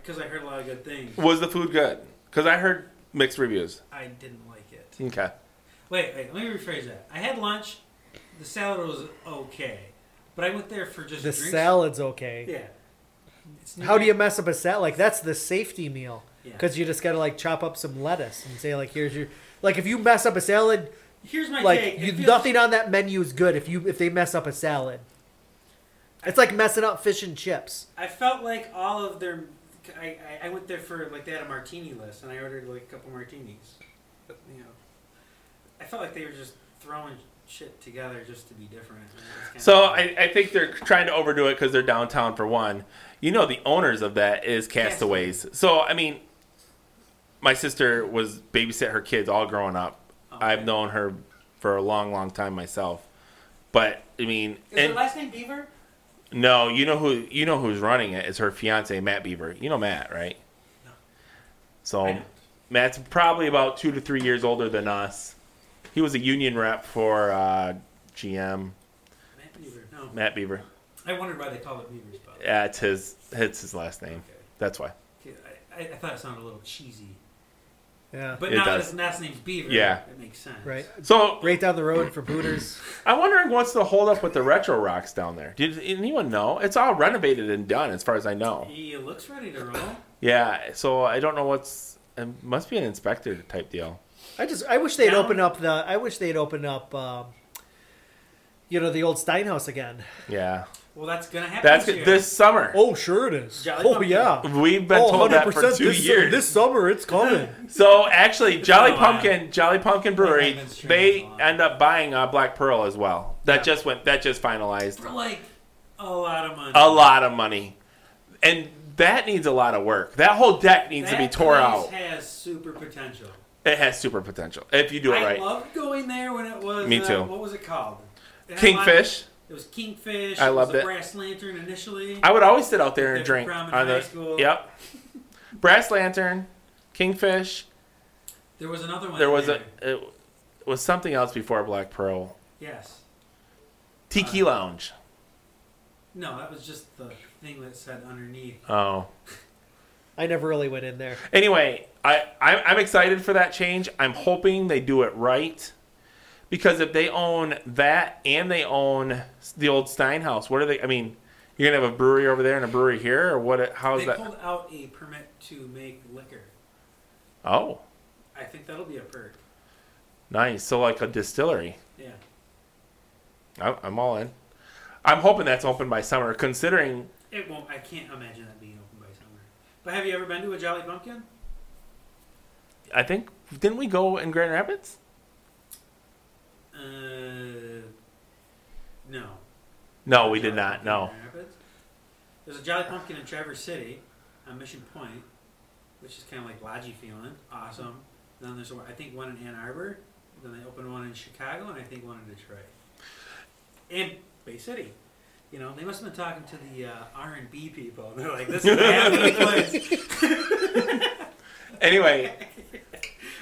S2: Because I heard a lot of good things.
S1: was the food good? Because I heard mixed reviews.
S2: I didn't like it.
S1: Okay.
S2: Wait, wait. Let me rephrase that. I had lunch. The salad was okay, but I went there for just
S3: The
S2: drinks.
S3: salad's okay.
S2: Yeah. It's
S3: How do you
S2: nutrient-
S3: mess up a salad? Like that's the safety meal
S2: Yeah.
S3: because you just gotta like chop up some lettuce and say like here's your like if you mess up a salad
S2: Here's my
S3: like
S2: take.
S3: you,
S2: It feels-
S3: nothing on that menu is good if you if they mess up a salad. It's like messing up fish and chips.
S2: I felt like all of their. I, I, I went there for like they had a martini list, and I ordered like a couple martinis. But you know, I felt like they were just throwing shit together just to be different. and it was kinda-
S1: So I, I think they're trying to overdo it because they're downtown for one. You know, the owners of that is Castaways. So I mean, my sister was babysit her kids all growing up.
S2: Okay.
S1: I've known her for a long, long time myself. But I mean,
S2: Is
S1: and-
S2: her last name Beaver?
S1: No, you know who you know who's running it is her fiance Matt Beaver. You know Matt, right?
S2: No. I
S1: So
S2: don't.
S1: Matt's probably about two to three years older than us. He was a union rep for uh, GM.
S2: Matt Beaver. No.
S1: Matt Beaver.
S2: I wondered why they called it Beaver's Pub.
S1: Yeah, it's his. It's his last name.
S2: Okay.
S1: That's why.
S2: Okay, I, I- I thought it sounded a little cheesy.
S3: Yeah.
S2: But
S1: It
S2: now that
S1: does.
S2: his last name's Beaver,
S1: Yeah.
S2: it makes sense.
S3: Right.
S1: So
S3: Right down the road for Booters.
S1: I'm wondering what's the holdup with the retro rocks down there? Did anyone know? It's all renovated and done, as far as I know.
S2: He looks ready to roll.
S1: Yeah. So I don't know what's. It must be an inspector type deal.
S3: I just I wish they'd
S2: Down.
S3: open up the I wish they'd open up um, you know the old Steinhouse again.
S1: Yeah.
S2: Well, that's gonna happen.
S1: That's
S2: this year.
S1: this summer.
S3: Oh, sure it is.
S2: Jolly
S3: oh,
S2: Pumpkin.
S3: yeah.
S1: We've been
S3: oh,
S1: told that for
S3: 100%
S1: two
S3: this,
S1: years.
S3: This summer, it's coming.
S1: So actually, Jolly
S2: been a while.
S1: Pumpkin, Jolly Pumpkin Brewery,
S2: It's been
S1: they
S2: a while.
S1: end up buying uh, Black Pearl as well. That
S2: Yeah.
S1: just went. That just finalized.
S2: for like a lot of money.
S1: A lot of money, and that needs a lot of work. That whole deck needs to be
S2: That
S1: tore
S2: place
S1: out.
S2: Has super potential.
S1: It has super potential if you do it
S2: I
S1: right.
S2: loved going there when it was.
S1: Me
S2: uh,
S1: too.
S2: what was it called? It had a lot of-
S1: Kingfish.
S2: it was Kingfish.
S1: I
S2: it
S1: loved
S2: was
S1: it.
S2: the Brass Lantern initially.
S1: I would always sit out there and drink
S2: Different from in
S1: on
S2: high
S1: the
S2: school.
S1: yep. Brass Lantern, Kingfish.
S2: there was another one.
S1: There was a
S2: there.
S1: it was something else before Black Pearl.
S2: yes.
S1: Tiki
S2: Uh,
S1: Lounge.
S2: No, that was just the thing that said underneath.
S1: Oh.
S3: I never really went in there.
S1: Anyway, I, I I'm excited for that change. I'm hoping they do it right, because if they own that and they own the old Steinhouse, what are they? I mean, you're gonna have a brewery over there and a brewery here, or what? How's
S2: They
S1: that?
S2: pulled out a permit to make liquor.
S1: Oh,
S2: I think that'll be a perk.
S1: nice. So like a distillery.
S2: Yeah.
S1: I'm, I'm all in. I'm hoping that's open by summer, considering
S2: It won't. I can't imagine that being open by summer. But have you ever been to a Jolly Pumpkin?
S1: I think didn't we go in Grand Rapids?
S2: Uh, no.
S1: No, we did
S2: Jolly
S1: not.
S2: Pumpkin
S1: No.
S2: in Rapids. There's a Jolly Pumpkin in Traverse City on Mission Point, which is kind of like lodgy feeling. Awesome. Then there's one, I think one in Ann Arbor. Then they opened one in Chicago, and I think one in Detroit. And Bay City. You know, they must have been talking to the uh, R&B people. And they're like, this is a happening place.
S1: Anyway,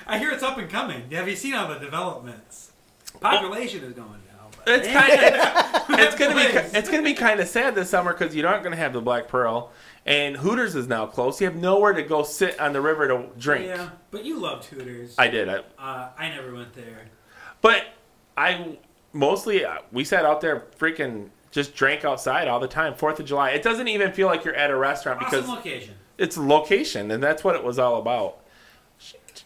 S2: I hear it's up and coming. Have you seen all the developments? Population is going down. but-
S1: it's kind of it's gonna be it's gonna be kind of sad this summer because you're not gonna have the Black Pearl, and Hooters is now closed. You have nowhere to go sit on the river to drink.
S2: Yeah, but you loved Hooters.
S1: I did. I,
S2: Uh, I never went there.
S1: but I mostly uh, we sat out there freaking just drank outside all the time. Fourth of July. It doesn't even feel like you're at a restaurant because
S2: awesome location.
S1: it's location, and that's what it was all about.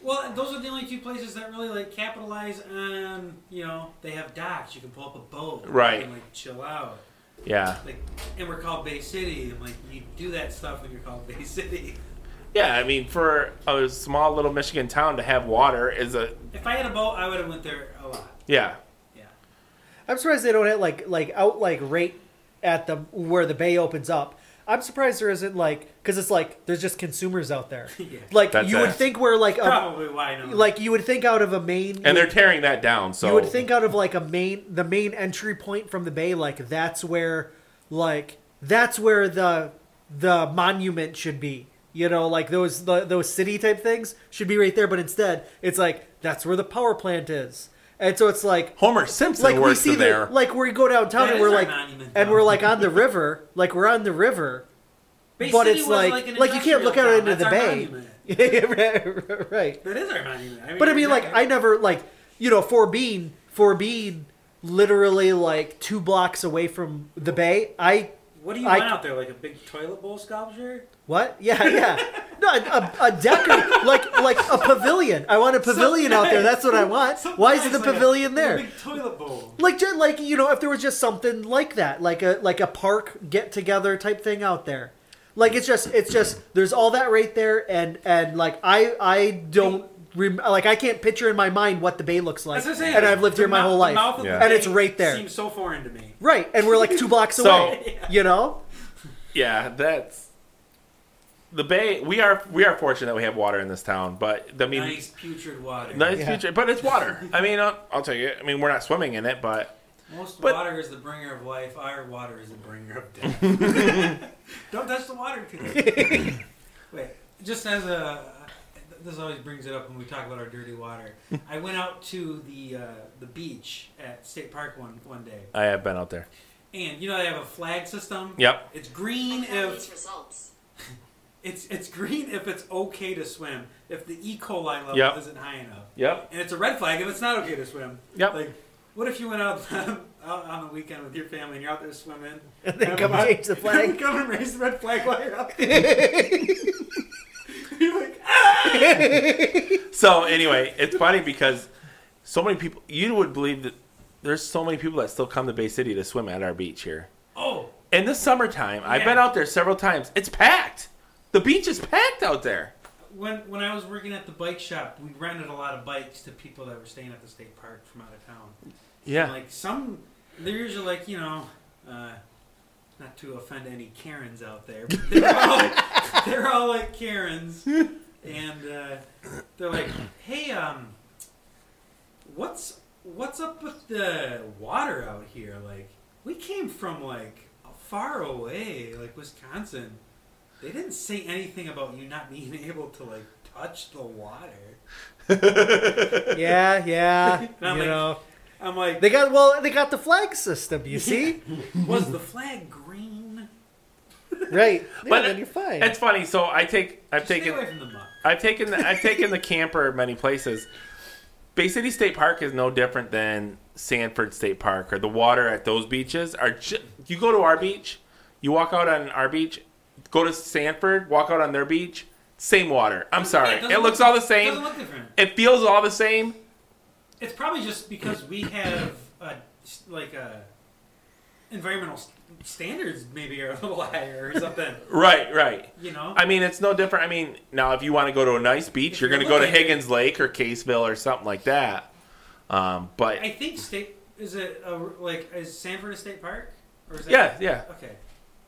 S2: Well, and those are the only two places that really like capitalize on. You know, they have docks. You can pull up a boat.
S1: Right.
S2: And like chill out.
S1: Yeah.
S2: Like, and we're called Bay City. And like you do that stuff when you're called Bay City.
S1: Yeah, I mean, for a small little Michigan town to have water is a
S2: If I had a boat, I would have went there a lot.
S1: yeah.
S2: Yeah.
S3: I'm surprised they don't have like like out like right at the where the bay opens up. I'm surprised there isn't like because it's like there's just consumers out there.
S2: Yeah.
S3: Like
S1: That's
S3: you
S1: it.
S3: would think we're like a,
S2: Probably why not.
S3: Uh, like you would think out of a main
S1: And they're tearing that down. So
S3: you would think out of like a main the main entry point from the bay like that's where like that's where the the monument should be you know like those the, those city type things should be right there but instead it's like that's where the power plant is and so it's like
S1: Homer Simpson
S3: like we
S1: works
S3: see
S1: in there.
S3: the like we go downtown
S2: That
S3: and
S2: is
S3: we're
S2: our
S3: like
S2: monument,
S3: and
S2: though.
S3: we're like on the river like we're on the river
S2: Bay
S3: but
S2: City
S3: it's
S2: was,
S3: like
S2: an
S3: like you can't
S2: industrial
S3: look out
S2: town.
S3: into
S2: That's
S3: the
S2: our
S3: bay
S2: monument.
S3: Yeah, right, right
S2: That is our monument. I mean,
S3: but I mean,
S2: you're
S3: like,
S2: right.
S3: I never like, you know, for being for being literally like two blocks away from the bay. I
S2: What do you
S3: I-
S2: want out there? Like a big toilet bowl sculpture?
S3: what? Yeah, yeah. No, a, a deck or like like a pavilion. I want a pavilion out there. That's what I want.
S2: Something
S3: Why is
S2: nice,
S3: the
S2: like a-
S3: pavilion
S2: like a
S3: there?
S2: big toilet bowl.
S3: Like, ju- like you know, if there was just something like that, like a like a park get together type thing out there, like it's just it's just there's all that right there, and and like I I don't rem- like I can't picture in my mind what the bay looks like,
S2: That's what I'm saying.
S3: and I've lived
S2: The
S3: here my
S2: mou-
S3: whole
S2: the
S3: life,
S2: mouth of the
S1: Yeah.
S3: and it's
S2: thing
S3: right there,
S2: Seems so foreign to me.
S3: right? And we're like two blocks
S1: So-
S3: away, you know.
S1: yeah, that's the Bay. We are we are fortunate that we have water in this town, but I mean, nice,
S2: Nice putrid water.
S3: Yeah.
S1: future, but it's water. I mean, I'll, I'll take it. I mean, we're not swimming in it, but
S2: Most
S1: But-
S2: water is the bringer of life. Our water is the bringer of death. Don't touch the water today. Wait, just as a this always brings it up when we talk about our dirty water. I went out to the uh, the beach at State Park one one day,
S1: I have been out there.
S2: and you know they have a flag system.
S1: Yep.
S2: It's green if
S4: these results.
S2: It's it's green if it's okay to swim, if the E. coli level
S1: Yep.
S2: isn't high enough,
S1: Yep.
S2: and it's a red flag if it's not okay to swim.
S1: Yep.
S2: Like, what if you went out, out on the weekend with your family and you're out there swimming,
S3: And then come change the flag.
S2: come and raise the red flag while you're out there? you're like, ah!
S1: So anyway, it's funny because so many people. You would believe that there's so many people that still come to Bay City to swim at our beach here.
S2: oh,
S1: in the summertime, I've
S2: Yeah.
S1: been out there several times. It's packed. The beach is packed out there.
S2: When when I was working at the bike shop, we rented a lot of bikes to people that were staying at the state park from out of town. And, like some, they're usually like you know, uh, not to offend any Karens out there, but they're all, they're all like Karens, and uh, they're like, hey, um, what's what's up with the water out here? Like, we came from like far away, like Wisconsin. They didn't say anything about you not being able to like touch the water.
S3: yeah, yeah. you
S2: I'm like-
S3: know,
S2: I'm like,
S3: they got well, they got the flag system. You see,
S2: was the flag green?
S3: right? Yeah,
S1: But
S3: then you're fine.
S1: It's funny. So I take I've
S2: Just stay
S1: taken
S2: away from the muck.
S1: I've taken the, I've taken the camper many places. Bay City State Park is no different than Sanford State Park or the water at those beaches are. Ju- you go to our beach, you walk out on our beach, go to Sanford, walk out on their beach, same water. I'm sorry,
S2: Yeah,
S1: it,
S2: doesn't
S1: looks
S2: look-
S1: all the
S2: Doesn't
S1: same.
S2: look different.
S1: It feels all the same.
S2: It's probably just because we have a, like a environmental s- standards maybe are a little higher or something.
S1: Right, right.
S2: You know,
S1: I mean, it's no different. I mean, now if you want to go to a nice beach,
S2: If
S1: you're
S2: you're
S1: going to go to
S2: looking at it-
S1: Higgins Lake or Caseville or something like that. Um, but
S2: I think state is it a, like is Sanford a state park or is that
S1: yeah, yeah,
S2: okay.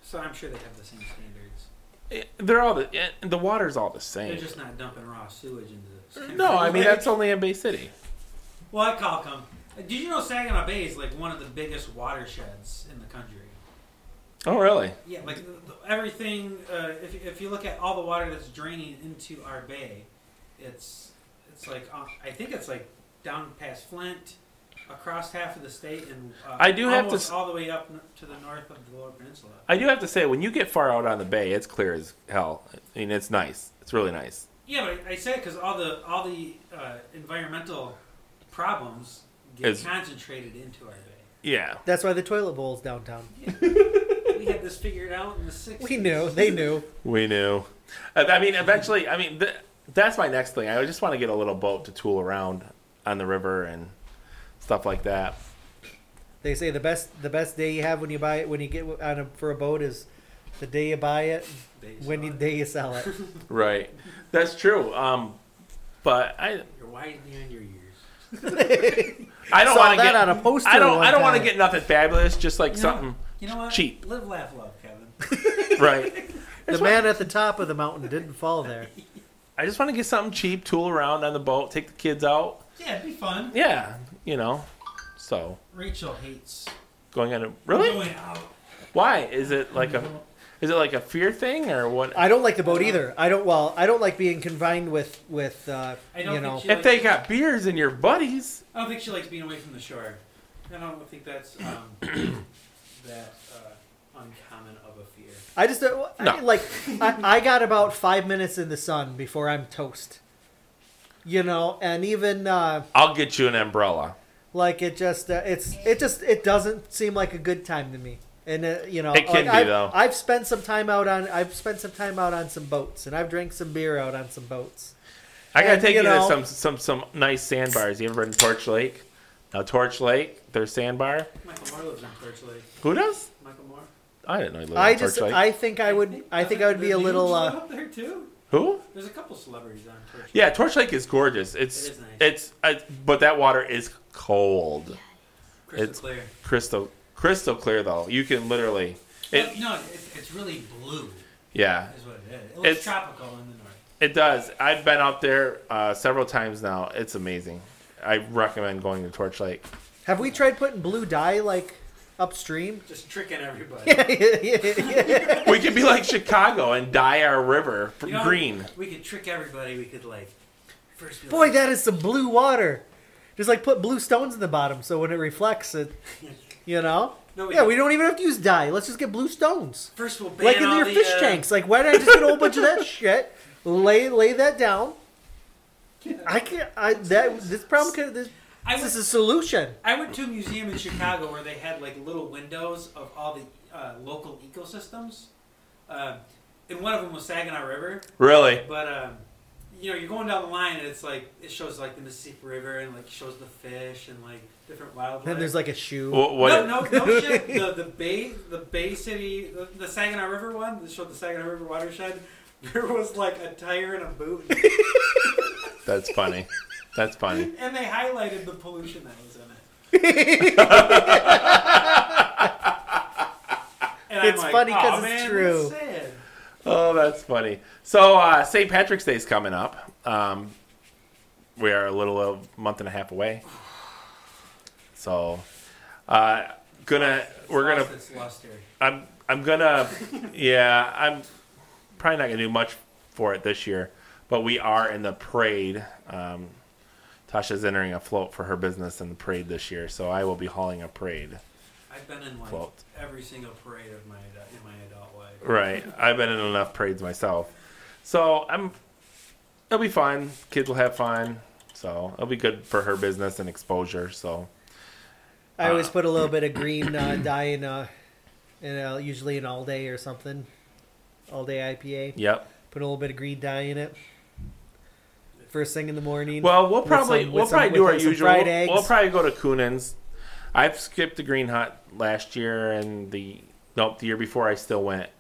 S2: So I'm sure they have the same standards.
S1: Eh, they're all the eh, the water's all the same.
S2: They're just not dumping raw sewage into. Sanford
S1: No, I mean
S2: Lake.
S1: that's only in Bay City.
S2: well, I call them. Did you know Saginaw Bay is like one of the biggest watersheds in the country?
S1: Oh, really?
S2: Yeah, like the, the, everything. Uh, if if you look at all the water that's draining into our bay, it's it's like uh, I think it's like down past Flint, across half of the state, and uh,
S1: I do have to
S2: almost
S1: s-
S2: all the way up n- to the north of the Lower Peninsula.
S1: I do have to say, when you get far out on the bay, it's clear as hell. I mean, it's nice. It's really nice.
S2: Yeah, but I, I say because all the all the uh, environmental problems get
S1: It's-
S2: concentrated into our bay.
S1: Yeah.
S3: That's why the toilet bowl's downtown.
S2: we had this figured out in the '60s.
S3: We knew. They knew.
S1: We knew. I I mean, eventually, I mean, th- that's my next thing. I just want to get a little boat to tool around on the river and stuff like that.
S3: They say the best the best day you have when you buy it when you get on a, for a boat is the day you buy it
S2: They
S3: when
S2: saw
S3: you
S2: it.
S3: day you sell it.
S1: Right. That's true. Um, but I,
S2: you're wise beyond your years.
S1: I don't
S3: Saw
S1: want to
S3: that
S1: get.
S3: on a poster.
S1: I don't.
S3: one
S1: I don't want to
S3: time.
S1: get nothing fabulous. Just like
S2: You know-
S1: something.
S2: You know what?
S1: Cheap.
S2: Live, laugh, love, Kevin.
S1: Right.
S3: The man at the top of the mountain didn't fall there.
S1: I just want to get something cheap, tool around on the boat, take the kids out.
S2: Yeah, it'd be fun.
S1: Yeah. You know. So
S2: Rachel hates
S1: going on a really.
S2: going out.
S1: Why is it like a is it like a fear thing or what?
S3: I don't like the boat either. I don't. Well, I don't like being confined with with uh,
S2: I don't
S3: you
S2: think
S3: know.
S2: she-
S1: If they got beers in your buddies,
S2: I don't think she likes being away from the shore. I don't think that's um, that uh, uncommon of a fear.
S3: I just don't, I,
S1: No.
S3: like. I, I got about five minutes in the sun before I'm toast. You know, and even uh,
S1: I'll get you an umbrella.
S3: like it just uh, it's it just it doesn't seem like a good time to me. And uh, you know,
S1: It can
S3: like,
S1: be,
S3: I've,
S1: though.
S3: I've spent some time out on I've spent some time out on some boats, and I've drank some beer out on some boats.
S1: I gotta
S3: And,
S1: take
S3: you
S1: you,
S3: know-
S1: to some some some nice sandbars. You ever been to Torch Lake? Now Torch Lake, their sandbar.
S2: Michael Moore lives in Birch Lake.
S1: Who does?
S2: Michael Moore.
S1: I didn't know he lived
S3: I
S1: in Torch
S3: just
S1: Lake.
S3: I think I would I think I would be a
S2: doesn't
S3: little.
S2: Nuge live
S3: Uh,
S2: up there too.
S1: Who?
S2: There's a couple celebrities on Birch.
S1: Yeah, Torch Lake is gorgeous. It's
S2: It is nice.
S1: it's I, but that water is cold,
S2: Lake. Crystal
S1: it's-
S2: clear.
S1: crystal crystal clear though. You can literally, it
S2: no, no, it's, it's really blue,
S1: yeah.
S2: is what it is. It looks
S1: It's-
S2: tropical in the north.
S1: It does. I've been out there uh, several times now. It's amazing. I recommend going to Torch Lake.
S3: have we tried putting blue dye like upstream?
S2: Just tricking everybody.
S1: We could be like Chicago and dye our river for
S2: You know,
S1: green.
S2: We could trick everybody. We could like first. Be
S3: Boy,
S2: like,
S3: that is some blue water. Just like put blue stones in the bottom, so when it reflects, it, you know.
S2: No, we
S3: yeah,
S2: don't.
S3: we don't even have to use dye. Let's just get blue stones,
S2: First, we'll ban
S3: like in
S2: all
S3: your
S2: the,
S3: fish
S2: uh,
S3: tanks. Like, why did I just get a whole bunch of that shit? Lay lay that down. I can't. I that this problem could. This,
S2: I
S3: this
S2: was
S3: is a solution.
S2: I went to a museum in Chicago where they had like little windows of all the uh, local ecosystems, Um and one of them was Saginaw River.
S1: Really?
S2: But um, you know, you're going down the line, and it's like it shows like the Mississippi River, and like shows the fish and like different wildlife.
S3: Then there's like a shoe.
S1: Wha- what?
S2: No, no, no shit. The, the Bay, the Bay City, the, the Saginaw River one that showed the Saginaw River watershed. There was like a tire and a boot,
S1: That's funny. That's funny.
S2: and they highlighted the pollution that was in it. And
S3: It's
S2: I'm like,
S3: funny 'cause
S2: "Aw,
S3: it's
S2: man,
S3: true."
S2: that's sad."
S1: Oh, that's funny. So uh, St. Patrick's Day is coming up. Um, we are a little of month and a half away. So, uh, gonna we're gonna
S2: Lost its luster.
S1: I'm I'm gonna yeah I'm probably not gonna do much for it this year, but we are in the parade. Um, Tasha's entering a float for her business in the parade this year, so I will be hauling a parade.
S2: I've been in like
S1: Float.
S2: every single parade of my adu- in my adult life.
S1: Right, I've been in enough parades myself, so I'm. It'll be fun. Kids will have fun, so it'll be good for her business and exposure. So
S3: I always put a little bit of green uh, dye in, uh, in uh, usually an all day or something, all day IPA.
S1: yep.
S3: Put a little bit of green dye in it. First thing in the morning.
S1: Well, we'll
S3: With
S1: probably
S3: some-
S1: we'll
S3: with some-
S1: probably do
S3: with
S1: our
S3: some
S1: usual.
S3: fried
S1: We'll-
S3: eggs.
S1: We'll probably go to Coonan's. I've skipped the Green Hot last year and the nope the year before. I still went.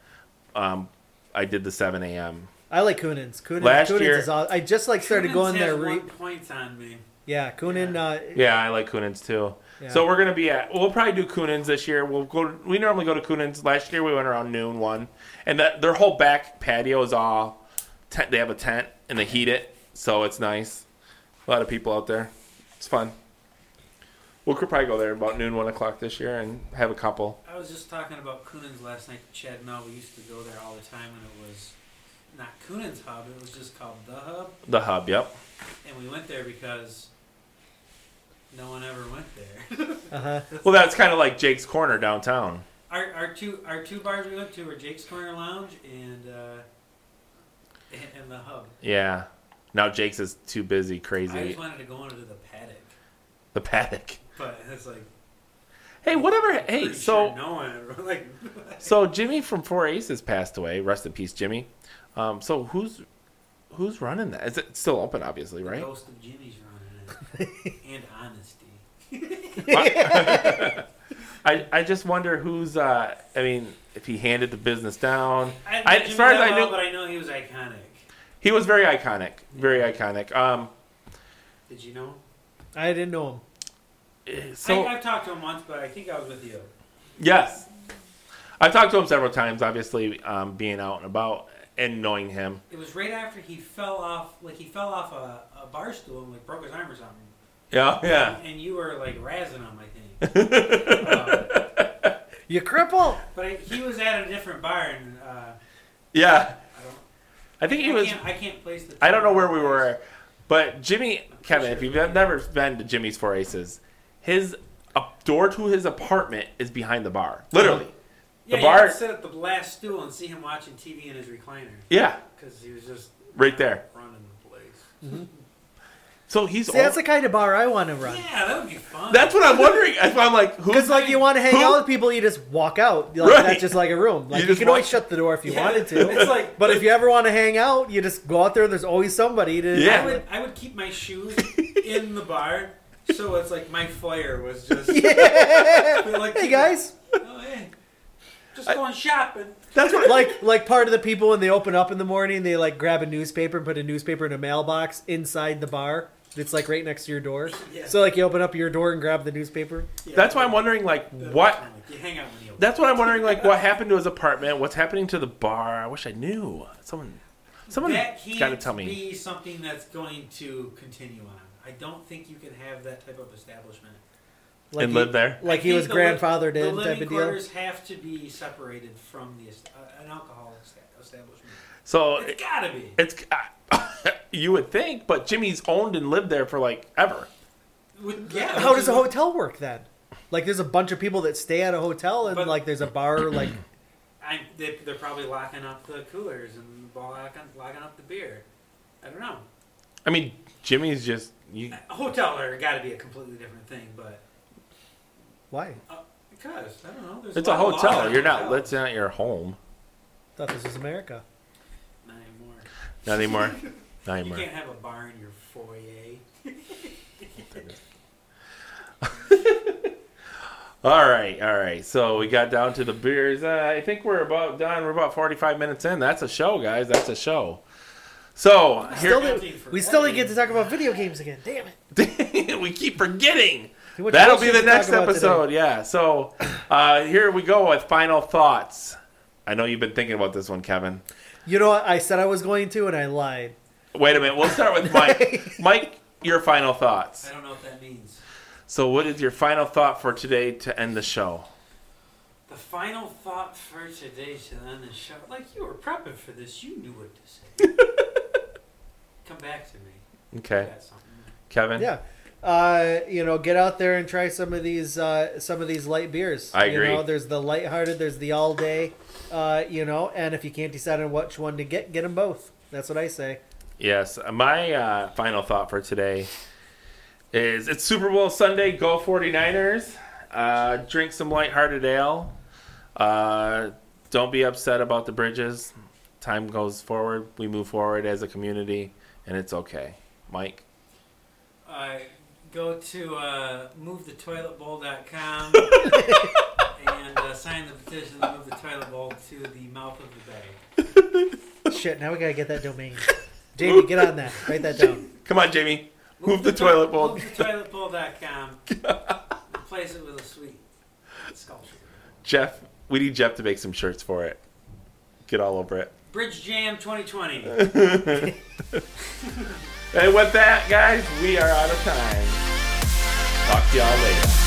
S1: Um, I did the seven a.m.
S3: I like Kunin's. Kunin's,
S1: Last
S3: Kunin's
S1: year-
S3: is all, I just like started
S2: Truman's
S3: going
S2: has
S3: there.
S2: one
S3: Re-
S2: points on me.
S3: yeah, Kunin.
S2: Yeah.
S3: Uh,
S1: Yeah, I like Coonan's too. So
S3: Yeah.
S1: we're gonna be at. We'll probably do Coonan's this year. We'll go. We normally go to Coonan's. Last year we went around noon one, and that their whole back patio is all tent. They have a tent and they heat it, so it's nice. A lot of people out there. It's fun. We'll could probably go there about noon, one o'clock this year, and have a couple.
S2: I was just talking about Coonan's last night. Chad Mel, we used to go there all the time when it was not Coonan's Hub. It was just called The Hub,
S1: The hub, yep.
S2: and we went there because no one ever went there.
S3: uh-huh.
S1: Well, that's kind of like Jake's Corner downtown.
S2: our, our two our two bars we went to were Jake's Corner Lounge and uh, and- and The Hub.
S1: Yeah. Now Jake's is too busy,
S2: I
S1: crazy.
S2: just wanted to go into the paddock,
S1: The paddock.
S2: but it's like
S1: Hey, whatever. Hey,
S2: pretty
S1: so
S2: sure no one ever like
S1: so Jimmy from Four Aces passed away. Rest in peace, Jimmy. Um, so who's who's running that? Is it still open? Obviously,
S2: the
S1: right?
S2: ghost of Jimmy's running it and honesty.
S1: I I just wonder who's. Uh, I mean, if he handed the business down.
S2: I,
S1: I- as
S2: Jimmy
S1: far as
S2: that
S1: I
S2: well,
S1: knew-
S2: but I know he was iconic.
S1: He was very iconic. Very iconic. Um,
S2: Did you know?
S3: I didn't know him.
S1: eh, so
S2: So, I, I've talked to him once, but I think I was with you.
S1: Yes. I've talked to him several times, obviously, um, being out and about and knowing him.
S2: It was right after he fell off, like he fell off a, a bar stool and like broke his arm or something.
S1: Yeah,
S2: And you were like razzing him, I think. uh,
S3: You cripple.
S2: but I, he was at a different bar, and uh,
S1: Yeah.
S2: I don't.
S1: I think he
S2: I
S1: was.
S2: Can't, I can't place the.
S1: I don't know where we were, but Jimmy, Kevin, if
S2: sure.
S1: you've never been to Jimmy's Four Aces, his a door to his apartment is behind the bar.
S3: Uh-huh.
S1: Literally. the
S2: Yeah, you
S1: bar-
S2: could sit at the last stool and see him watching TV in his recliner
S1: Yeah,
S2: because he was just
S1: right there.
S2: running the place.
S1: So he's.
S3: See, that's the
S1: all-
S3: kind of bar I want to run.
S2: Yeah, that would be fun.
S1: that's what I'm wondering. That's why I'm like,
S3: Because
S1: who's
S3: like you want to hang
S1: Who?
S3: out with people, you just walk out. Like,
S1: Right.
S3: That's just like a room. Like
S1: You
S3: you,
S1: just
S3: can
S1: walk-
S3: always shut the door if you
S2: Yeah.
S3: wanted
S2: It's
S3: to.
S2: like,
S3: But if you ever want to hang out, you just go out there. There's always somebody to.
S1: Yeah.
S2: I would, I would keep my shoes in the bar, so it's like my flair was just. Be like,
S3: Hey guys,
S2: Oh, hey. Just going shopping.
S1: That's what.
S3: like like part of the people when they open up in the morning, they like grab a newspaper and put a newspaper in a mailbox inside the bar. It's like right next to your door.
S2: Yeah.
S3: So like you open up your door and grab the newspaper.
S2: Yeah.
S1: That's why I'm wondering, like,
S2: That's
S1: what
S2: kinda like- You hang out with you.
S1: That's what I'm wondering. Like, what happened to his apartment? What's happening to the bar? I wish I knew. Someone, someone
S2: that
S1: got to
S2: can't
S1: tell me.
S2: be something that's going to continue on. I don't think you can have that type of establishment.
S3: Like
S1: and
S3: he,
S1: live there.
S3: Like
S2: I
S3: he
S2: think
S3: was
S2: the li-
S3: grandfathered
S2: the
S3: in type
S2: living
S3: of deal.
S2: quarters have to be separated from the est- uh, an alcohol esta- establishment.
S1: So it-
S2: It's gotta be.
S1: it's you would think, but Jimmy's owned and lived there for like ever.
S2: With- yeah.
S3: How
S2: which
S3: does
S2: is
S3: a
S2: what-
S3: hotel work then? Like there's a bunch of people that stay at a hotel and
S2: But-
S3: like there's a bar like
S2: I, they, they're probably locking up the coolers and locking, locking up the beer. I don't know.
S1: I mean, Jimmy's just you,
S2: A hotel are got to be a completely different thing, but
S3: why?
S2: because I don't know. There's
S1: it's a
S2: lot of laws
S1: hotel.
S2: on
S1: You're not.
S2: hotels.
S1: That's not your home
S3: thought this was America.
S2: Not anymore.
S1: not anymore.
S2: You
S1: Nightmare.
S2: can't have a bar in your foyer.
S1: All right, all right. So we got down to the beers. Uh, I think we're about done. We're about 45 minutes in. That's a show, guys. That's a show. So
S3: Still
S1: here
S2: Guilty
S3: didn't-
S2: for
S3: we still didn't
S2: everything.
S3: get to talk about video games again. Damn it.
S1: we keep forgetting.
S3: Too much
S1: That'll be
S3: bullshit
S1: the
S3: to talk
S1: next
S3: about today.
S1: episode. Yeah. So uh, here we go with final thoughts. I know you've been thinking about this one, Kevin.
S3: You know what? I said I was going to, and I lied.
S1: Wait a minute. We'll start with Mike. Mike, your final thoughts.
S2: I don't know what that means.
S1: So, what is your final thought for today to end the show?
S2: The final thought for today to end the show. Like you were prepping for this, you knew what to say. Come back to me. I
S1: Okay,
S2: got something.
S1: Kevin.
S3: Yeah. Uh, you know, get out there and try some of these uh, some of these light beers.
S1: I
S3: You know,
S1: agree.
S3: there's the lighthearted, there's the all day. Uh, you know, and if you can't decide on which one to get, get them both. That's what I say.
S1: Yes. My uh, final thought for today is it's Super Bowl Sunday. Go 49ers. Uh, drink some lighthearted ale. Uh, don't be upset about the bridges. Time goes forward. We move forward as a community, and it's okay. Mike.
S2: Uh, go to uh, movethetoiletbowl.com and uh, sign the petition to move the toilet bowl to the mouth of the bay.
S3: Shit, now we gotta get that domain. Jamie, get on that. Write that down.
S1: Come on, Jamie. Move the
S2: toi-
S1: toilet bowl.
S2: Move the toilet bowl.com. Replace it with a sweet sculpture.
S1: Jeff. We need Jeff to make some shirts for it. Get all over it.
S2: Bridge Jam 2020.
S1: And with that, guys, we are out of time. Talk to y'all later.